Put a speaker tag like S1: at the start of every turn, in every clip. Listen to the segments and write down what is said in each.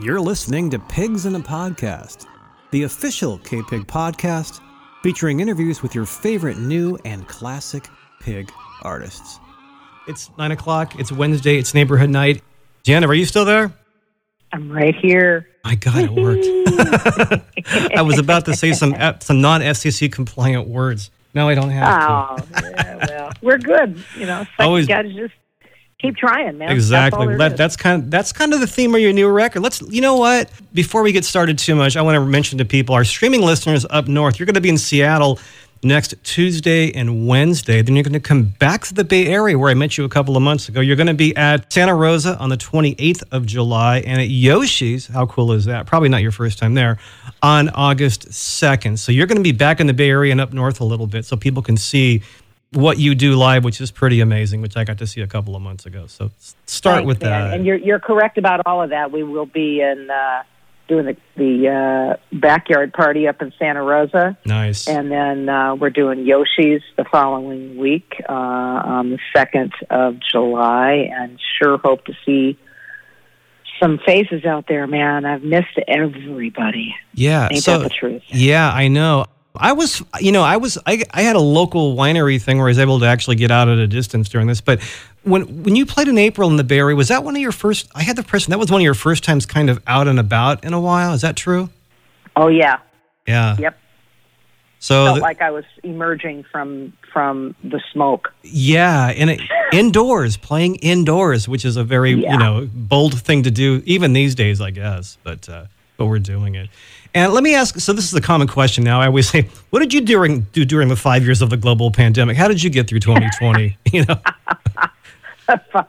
S1: You're listening to Pigs in a Podcast, the official K Pig podcast featuring interviews with your favorite new and classic pig artists.
S2: It's nine o'clock. It's Wednesday. It's neighborhood night. Janet, are you still there?
S3: I'm right here.
S2: My God, it worked. I was about to say some F- some non FCC compliant words. No, I don't have to.
S3: Oh, yeah, well, we're good. You know, it's like
S2: Always-
S3: you got to just keep trying, man.
S2: Exactly.
S3: That's all there
S2: That,
S3: is.
S2: that's kind of that's kind of the theme of your new record. Let's you know what? Before we get started too much, I want to mention to people our streaming listeners up north. You're going to be in Seattle next Tuesday and Wednesday. Then you're going to come back to the Bay Area where I met you a couple of months ago. You're going to be at Santa Rosa on the 28th of July and at Yoshi's. How cool is that? Probably not your first time there on August 2nd. So you're going to be back in the Bay Area and up north a little bit so people can see what you do live, which is pretty amazing, which I got to see a couple of months ago. So s- start
S3: Thanks,
S2: with
S3: man.
S2: that.
S3: And you're you're correct about all of that. We will be in uh, doing the the uh, backyard party up in Santa Rosa,
S2: nice.
S3: and then uh, we're doing Yoshi's the following week uh, on the second of July, and sure hope to see. Some faces out there, man. I've missed everybody.
S2: yeah.
S3: Ain't
S2: So
S3: that the truth?
S2: yeah, I know. I was, you know, I was, I, I had a local winery thing where I was able to actually get out at a distance during this. But when when you played in April in the Bay Area, was that one of your first? I had the impression that was one of your first times kind of out and about in a while. Is that true?
S3: Oh yeah,
S2: Yeah.
S3: Yep.
S2: So
S3: felt
S2: th-
S3: like I was emerging from from the smoke.
S2: Yeah, and it, indoors, playing indoors, which is a very
S3: Yeah.
S2: you know bold thing to do, even these days, I guess. But uh, but we're doing it. And let me ask. So this is a common question now. I always say, what did you during do during the five years of the global pandemic? How did you get through 2020? you know,
S3: Uh,
S2: in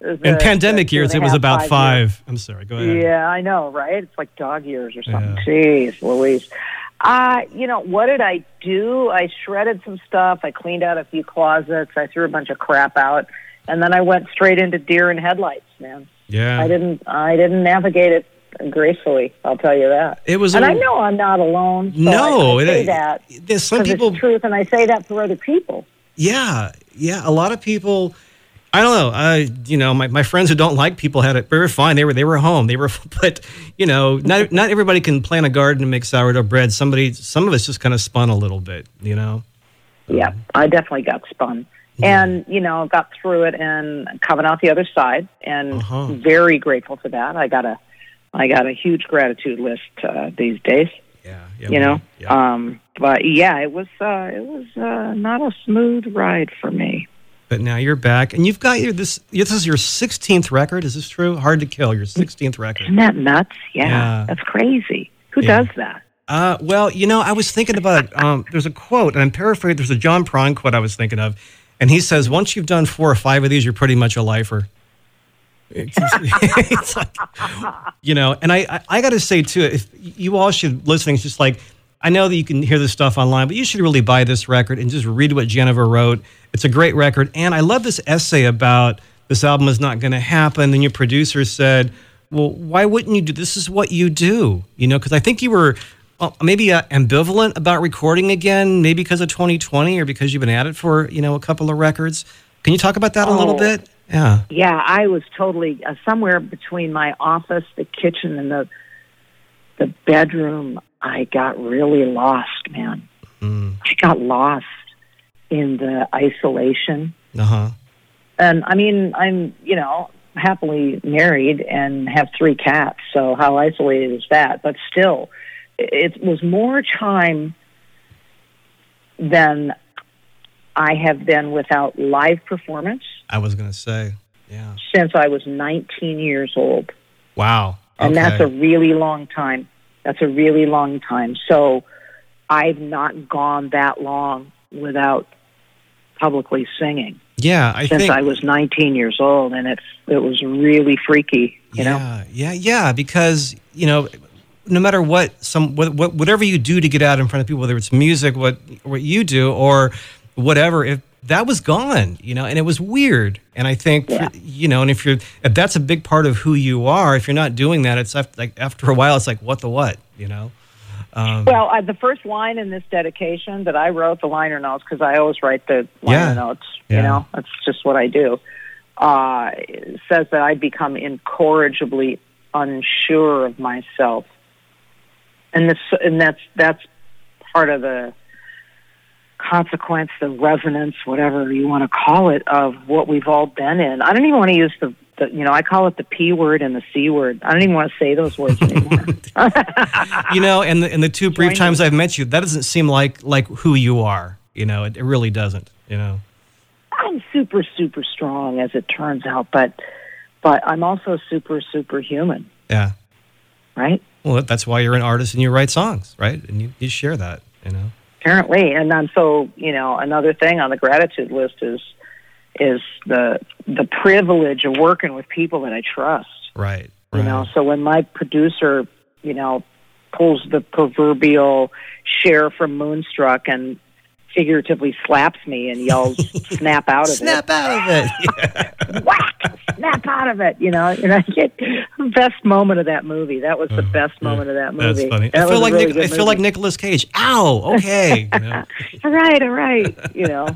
S3: The-
S2: pandemic
S3: the two
S2: years, it
S3: and a
S2: was
S3: half,
S2: about
S3: years.
S2: five. I'm sorry. Go ahead.
S3: Yeah, I know, right? It's like dog years or something. Jeez, Louise. Uh, you know, what did I do? I shredded some stuff. I cleaned out a few closets. I threw a bunch of crap out, and then I went straight into deer in headlights. Man, I
S2: Yeah.
S3: didn't. I didn't navigate it gracefully. I'll tell you that.
S2: It was.
S3: And
S2: a-
S3: I know I'm not alone. So
S2: No,
S3: I, I
S2: it-
S3: say that
S2: There's some
S3: 'cause
S2: people
S3: it's truth, and I say that for other people.
S2: Yeah, yeah. A lot of people, I don't know. I, you know, my, my friends who don't like people had it. They were fine. They were they were home. They were, but you know, not not everybody can plant a garden and make sourdough bread. Somebody, some of us just kind of spun a little bit. You know.
S3: Yeah,
S2: Mm-hmm.
S3: I definitely got spun. And, you know, got through it and coming out the other side and
S2: Uh-huh.
S3: very grateful for that. I got a I got a huge gratitude list uh, these days,
S2: Yeah. yeah
S3: you know.
S2: Yeah.
S3: Um but yeah, it was uh it was uh not a smooth ride for me.
S2: but now you're back, and you've got your this. This is your 16th record. Is this true? Hard to kill. Your 16th record.
S3: Isn't that nuts? Yeah.
S2: Yeah.
S3: That's crazy. Who
S2: Yeah.
S3: does that?
S2: Uh, well, you know, I was thinking about it. Um, there's a quote, and I'm paraphrasing. There's a John Prine quote I was thinking of, and he says, "Once you've done four or five of these, you're pretty much a lifer." It's, it's like, you know, and I, I, I got to say too, if you all should listening, it's just like I know that you can hear this stuff online, but you should really buy this record and just read what Jennifer wrote. It's a great record, and I love this essay about this album is not going to happen. And your producer said, "Well, why wouldn't you do? This is what you do, you know." Because I think you were uh, maybe uh, ambivalent about recording again, maybe because of 2020 or because you've been at it for you know a couple of records. Can you talk about that a little
S3: Oh.
S2: bit? Yeah.
S3: Yeah, I was totally uh, somewhere between my office, the kitchen, and the the bedroom. I got really lost, man. I got lost in the isolation,
S2: Uh huh.
S3: and I mean, I'm you know happily married and have three cats, so how isolated is that? But still, it was more time than I have been without live performance
S2: I was gonna say. Yeah.
S3: since I was 19 years old.
S2: Wow.
S3: And that's a
S2: Okay.
S3: really long time. That's a really long time. So I've not gone that long without publicly singing
S2: yeah. I
S3: since
S2: think
S3: I was 19 years old. And it's, it was really freaky, you know?
S2: Yeah, yeah, yeah. Because you know, no matter what, some what, what, whatever you do to get out in front of people, whether it's music, what what you do, or whatever, if that was gone, you know, and it was weird. And I think
S3: Yeah.
S2: you know, and if you're if that's a big part of who you are, if you're not doing that, it's af- like after a while, it's like what the what, you know. Um,
S3: Well, I, the first line in this dedication that I wrote the liner notes because I always write the liner
S2: Yeah.
S3: notes.
S2: Yeah.
S3: You know, that's just what I do. Uh, it says that I become incorrigibly unsure of myself, and this and that's that's part of the consequence, the resonance, whatever you want to call it, of what we've all been in. I don't even want to use the, the you know, I call it the P word and the C word. I don't even want to say those words anymore.
S2: you know, and the, and the two brief
S3: Join
S2: times I've met you, that doesn't seem like like who you are. You know, it, it really doesn't. You know,
S3: I'm super, super strong, as it turns out, but but I'm also super, super human,
S2: yeah.
S3: right?
S2: Well, that's why you're an artist and you write songs, right? And you, you share that. You know,
S3: Apparently, and I'm so you know another thing on the gratitude list is is the the privilege of working with people that I trust.
S2: right?
S3: you
S2: right.
S3: know so when my producer you know pulls the proverbial share from moonstruck and figuratively slaps me and yells snap out of
S2: Snap out of it. Yeah.
S3: it whack snap out of it you know and i get the best moment of that movie that was the best moment of that movie
S2: Oh, That's funny.
S3: That
S2: I
S3: was
S2: feel
S3: a
S2: like
S3: really
S2: Nic-
S3: good
S2: I feel like
S3: movie.
S2: Nicolas Cage. Ow. Okay. You know,
S3: all right all right you know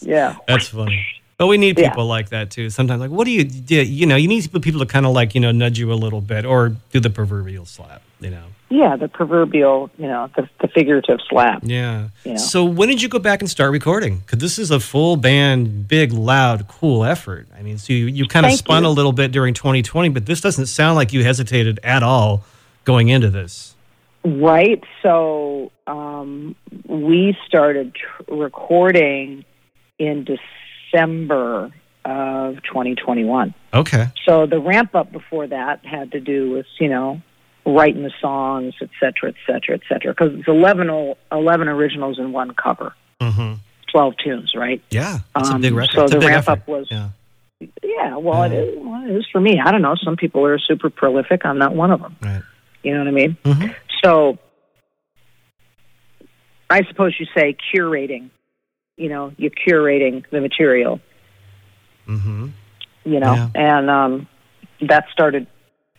S3: yeah
S2: that's funny. But we need
S3: Yeah.
S2: people like that too. Sometimes, like, what do you do? You know, you need people to kind of like you know nudge you a little bit or do the proverbial slap. You know.
S3: yeah the proverbial you know the, the figurative slap
S2: Yeah.
S3: Yeah.
S2: So when did you go back and start recording? Because this is a full band, big, loud, cool effort. I mean, so you, you kind of
S3: Thank
S2: spun
S3: you.
S2: a little bit during 2020, but this doesn't sound like you hesitated at all going into this.
S3: Right. So um, we started tr- recording in December of 2021.
S2: Okay.
S3: So the ramp up before that had to do with, you know, writing the songs, et cetera, et cetera, et cetera. Because it's 11, o- 11 originals and one cover,
S2: Mm-hmm.
S3: 12 tunes, right?
S2: Yeah. That's a
S3: Um,
S2: big record.
S3: so
S2: It's a
S3: the
S2: big
S3: ramp
S2: effort.
S3: up was-
S2: Yeah.
S3: Yeah, well, it, is, well, it is for me. I don't know. Some people are super prolific. I'm not one of them.
S2: Right.
S3: You know what I mean?
S2: Mm-hmm.
S3: So I suppose you say curating, you know, you're curating the material,
S2: Mm-hmm.
S3: you know, and um, that started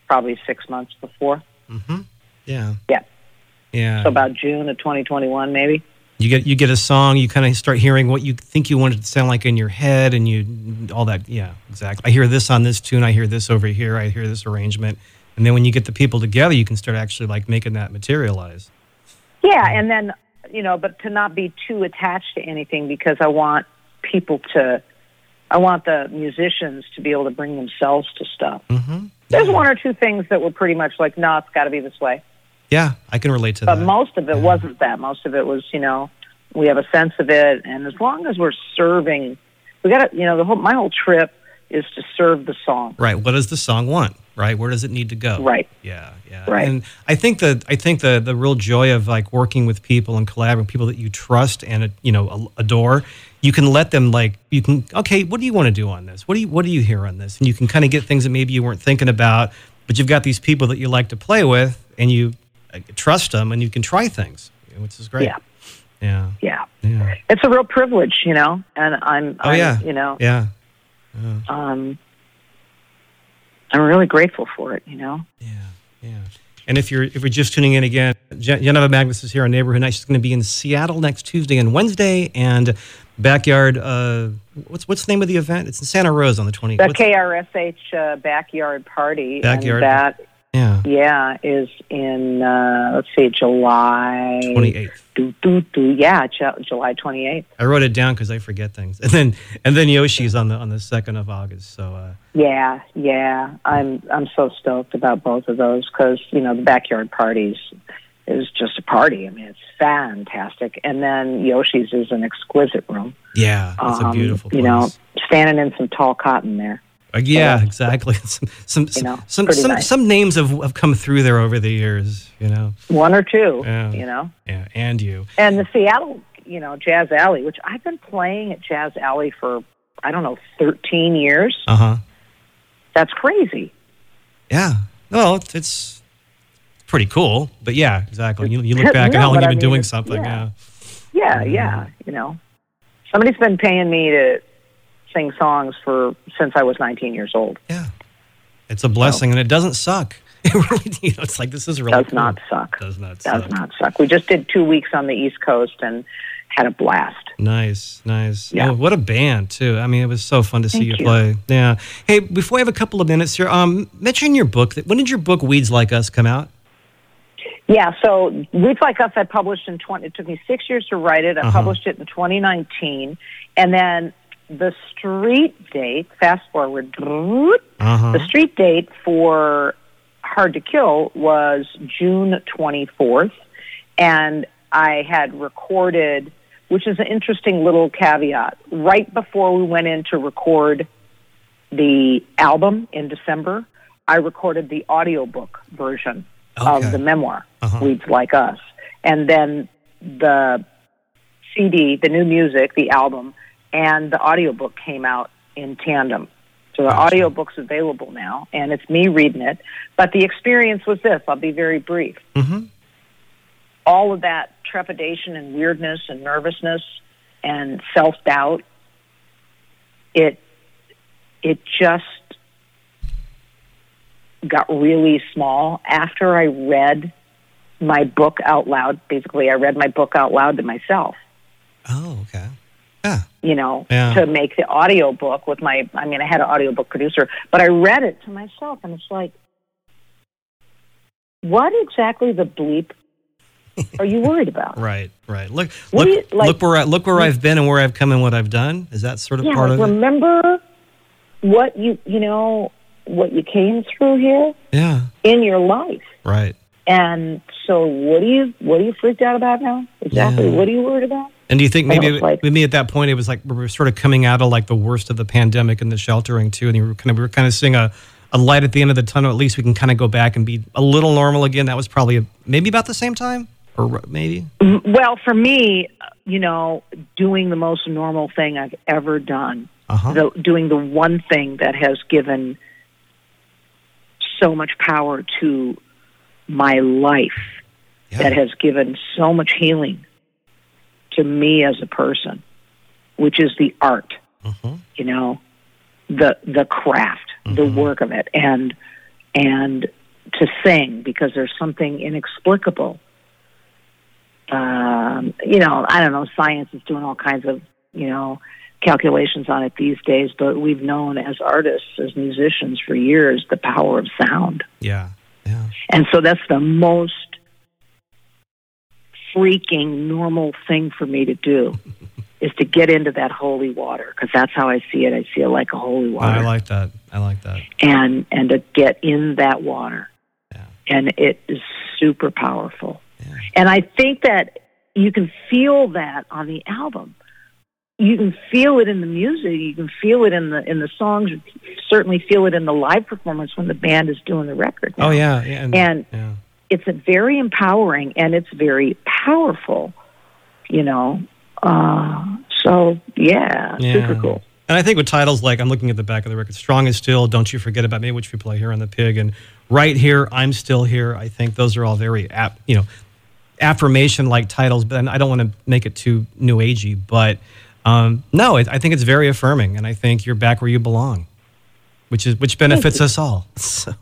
S3: probably six months before.
S2: Mm-hmm. Yeah.
S3: Yeah.
S2: Yeah.
S3: So about June of 2021, maybe.
S2: you get you get a song, you kind of start hearing what you think you want it to sound like in your head, and you all that. Yeah, exactly. I hear this on this tune. I hear this over here. I hear this arrangement, and then when you get the people together, you can start actually like making that materialize.
S3: Yeah, and then, you know, but to not be too attached to anything because I want people to, I want the musicians to be able to bring themselves to stuff.
S2: Mm-hmm.
S3: There's one or two things that were pretty much like, no, it's got to be this way.
S2: Yeah, I can relate to
S3: but
S2: that.
S3: most of it wasn't that. Most of it was, you know, we have a sense of it, and as long as we're serving, we got to, you know, the whole my whole trip is to serve the song.
S2: right. What does the song want? Right. Where does it need to go?
S3: Right.
S2: Yeah, yeah.
S3: Right.
S2: And I think that I think the the real joy of like working with people and collaborating with people that you trust and you know adore, you can let them like you can okay, what do you want to do on this? What do you what do you hear on this? And you can kind of get things that maybe you weren't thinking about, but you've got these people that you like to play with and you uh, trust them and you can try things, which is great.
S3: Yeah.
S2: Yeah.
S3: Yeah,
S2: Yeah.
S3: it's a real privilege, you know, and I'm,
S2: Oh
S3: I'm
S2: yeah.
S3: you know,
S2: Yeah.
S3: um, I'm really grateful for it, you know.
S2: Yeah, yeah. And if you're if you're just tuning in again, Je- Geneva Magnus is here on Neighborhood Night. She's going to be in Seattle next Tuesday and Wednesday, and backyard. Uh, what's what's the name of the event? It's in Santa Rosa on the 20th.
S3: The
S2: What's-
S3: KRSH uh, backyard party,
S2: Backyard.
S3: and that
S2: yeah,
S3: yeah is in uh, let's see, July
S2: 28th.
S3: Do, do, do, yeah, Ju- July 28th.
S2: I wrote it down because I forget things. And then and then Yoshi's on the on the second of August. So uh,
S3: Yeah, yeah. I'm I'm so stoked about both of those because you know the backyard parties is just a party. I mean, it's fantastic. And then Yoshi's is an exquisite room.
S2: yeah, it's a beautiful. Place.
S3: Um, You know, standing in some tall cotton there.
S2: Uh, yeah,
S3: Yeah.
S2: exactly. some some some
S3: know,
S2: some,
S3: pretty
S2: some,
S3: nice.
S2: some names have, have come through there over the years. You know,
S3: One or two,
S2: Yeah.
S3: you know.
S2: yeah, and you.
S3: And the Seattle, you know, Jazz Alley, which I've been playing at Jazz Alley for I don't know 13 years.
S2: Uh huh.
S3: That's crazy.
S2: Yeah. Well, it's- it's pretty cool, but yeah, exactly. You, you look back
S3: No,
S2: at how long
S3: but
S2: you've
S3: I
S2: been
S3: mean,
S2: doing
S3: it's-
S2: something. Yeah.
S3: yeah. Yeah, yeah. You know, somebody's been paying me to sing songs for since I was 19 years old.
S2: yeah, It's a blessing, and it doesn't suck. It really, you know, it's like this is really
S3: Oh. Does
S2: cool.
S3: not suck.
S2: Does not
S3: Does
S2: suck.
S3: not suck. We just did two weeks on the East Coast and had a blast.
S2: Nice, nice.
S3: Yeah.
S2: Oh, what a band too. I mean, it was so fun to see
S3: Thank
S2: you,
S3: you.
S2: play. Yeah. Hey, before I have a couple of minutes here, um, mention your book. That, when did your book "Weeds Like Us" come out?
S3: Yeah, so Weeds Like Us, I published in 20, it took me six years to write it. I published it in 2019. And then the street date, fast forward,
S2: Uh-huh.
S3: the street date for Hard to Kill was June 24th. And I had recorded, which is an interesting little caveat, right before we went in to record the album in December, I recorded the audiobook version
S2: Okay.
S3: of the memoir,
S2: Uh-huh.
S3: Weeds Like Us. And then the CD, the new music, the album, and the audiobook came out in tandem. So the audiobook's available now, and it's me reading it. But the experience was this I'll be very brief.
S2: Mm-hmm.
S3: All of that trepidation and weirdness and nervousness and self doubt, it, it just got really small after I read my book out loud. Basically, I read my book out loud to myself
S2: Oh, okay. Yeah.
S3: you know,
S2: Yeah.
S3: to make the audio book with my, I mean, I had an audiobook producer, but I read it to myself and it's like, what exactly the bleep are you worried about?
S2: Right. Right. Look.
S3: What do
S2: look.
S3: you- like-
S2: look where I look where I've been and where I've come and what I've done. Is that sort of
S3: Yeah,
S2: part
S3: like,
S2: of it?
S3: remember what you, you know, what you came through here
S2: Yeah.
S3: in your life.
S2: Right.
S3: And so what do you, what are you freaked out about now? Exactly.
S2: Yeah.
S3: What are you worried about?
S2: And do you think
S3: I
S2: maybe
S3: don't like-
S2: maybe at that point it was like we were sort of coming out of like the worst of the pandemic and the sheltering too, and you were kind of we were kind of seeing a, a light at the end of the tunnel. At least we can kind of go back and be a little normal again. That was probably maybe about the same time, or r- maybe.
S3: Well, for me, you know, doing the most normal thing I've ever done,
S2: Uh-huh.
S3: the, doing the one thing that has given so much power to my life,
S2: Yeah.
S3: that has given so much healing to me as a person, which is the art,
S2: Uh-huh.
S3: you know, the the craft, the work of it, and and to sing because there's something inexplicable um, you know, I don't know, science is doing all kinds of, you know, calculations on it these days, but we've known as artists, as musicians for years, the power of sound.
S2: Yeah. Yeah.
S3: And so that's the most freaking normal thing for me to do is to get into that holy water because that's how I see it. I see it like a holy
S2: Oh, I
S3: water
S2: like that. I like that.
S3: and, and to get in that water.
S2: Yeah.
S3: And it is super powerful.
S2: Yeah.
S3: And I think that you can feel that on the album. You can feel it in the music. You can feel it in the in the songs. You certainly feel it in the live performance when the band is doing the record.
S2: Oh yeah. yeah and,
S3: And-
S2: yeah.
S3: It's a very empowering and it's very powerful. You know, uh, so yeah, super cool.
S2: And I think with titles like I'm looking at the back of the record, "Strong as Steel," "Don't You Forget About Me," which we play here on the Pig, and "Right Here," "I'm Still Here." I think those are all very, ap- you know, affirmation-like titles. But then I don't want to make it too new agey. But um, no, it, I think it's very affirming, and I think you're back where you belong, which is which benefits us all. So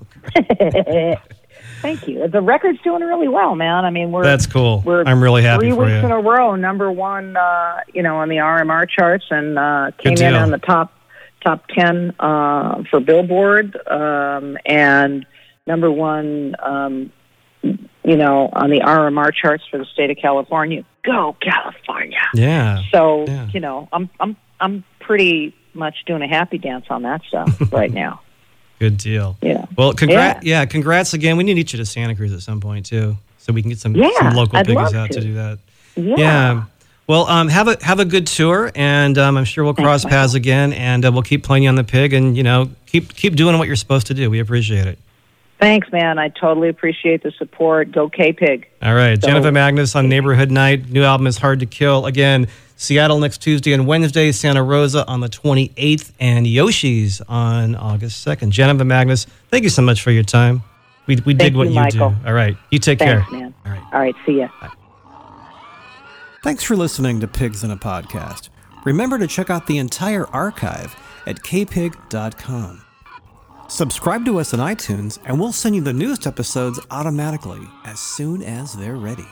S3: Thank you. The record's doing really well, man. I mean, we're
S2: that's cool.
S3: We're
S2: I'm really happy
S3: three
S2: for
S3: weeks in
S2: you.
S3: a row, number one, uh, you know, on the RMR charts, and uh, came in
S2: deal.
S3: on the top top ten uh, for Billboard, um, and number one, um, you know, on the RMR charts for the state of California. Go California!
S2: Yeah.
S3: So
S2: Yeah.
S3: you know, I'm I'm I'm pretty much doing a happy dance on that stuff right now.
S2: Good deal.
S3: Yeah.
S2: Well, congrats. Yeah. congrats again. We need to get you to Santa Cruz at some point too, so we can get some,
S3: Yeah,
S2: some local
S3: I'd
S2: piggies
S3: love
S2: out to.
S3: to.
S2: do that.
S3: Yeah.
S2: Well, um, have a have a good tour, and um, I'm sure we'll cross paths again, and uh, we'll keep playing you on the pig, and you know, keep keep doing what you're supposed to do. We appreciate it.
S3: Thanks, man. I totally appreciate the support. Go K Pig.
S2: All right, Jennifer Magnus on Neighborhood Night. New album is Hard to Kill. Again, Seattle next Tuesday and Wednesday, Santa Rosa on the 28th, and Yoshi's on August 2nd. Jennifer Magnus, thank you so much for your time. We, we dig
S3: Thank
S2: what
S3: you,
S2: you
S3: Michael.
S2: do. All right, you take
S3: Thanks,
S2: care.
S3: man.
S2: All right.
S3: All right. See ya.
S1: Thanks for listening to Pigs in a Podcast. Remember to check out the entire archive at kpig.com. Subscribe to us on iTunes, and we'll send you the newest episodes automatically as soon as they're ready.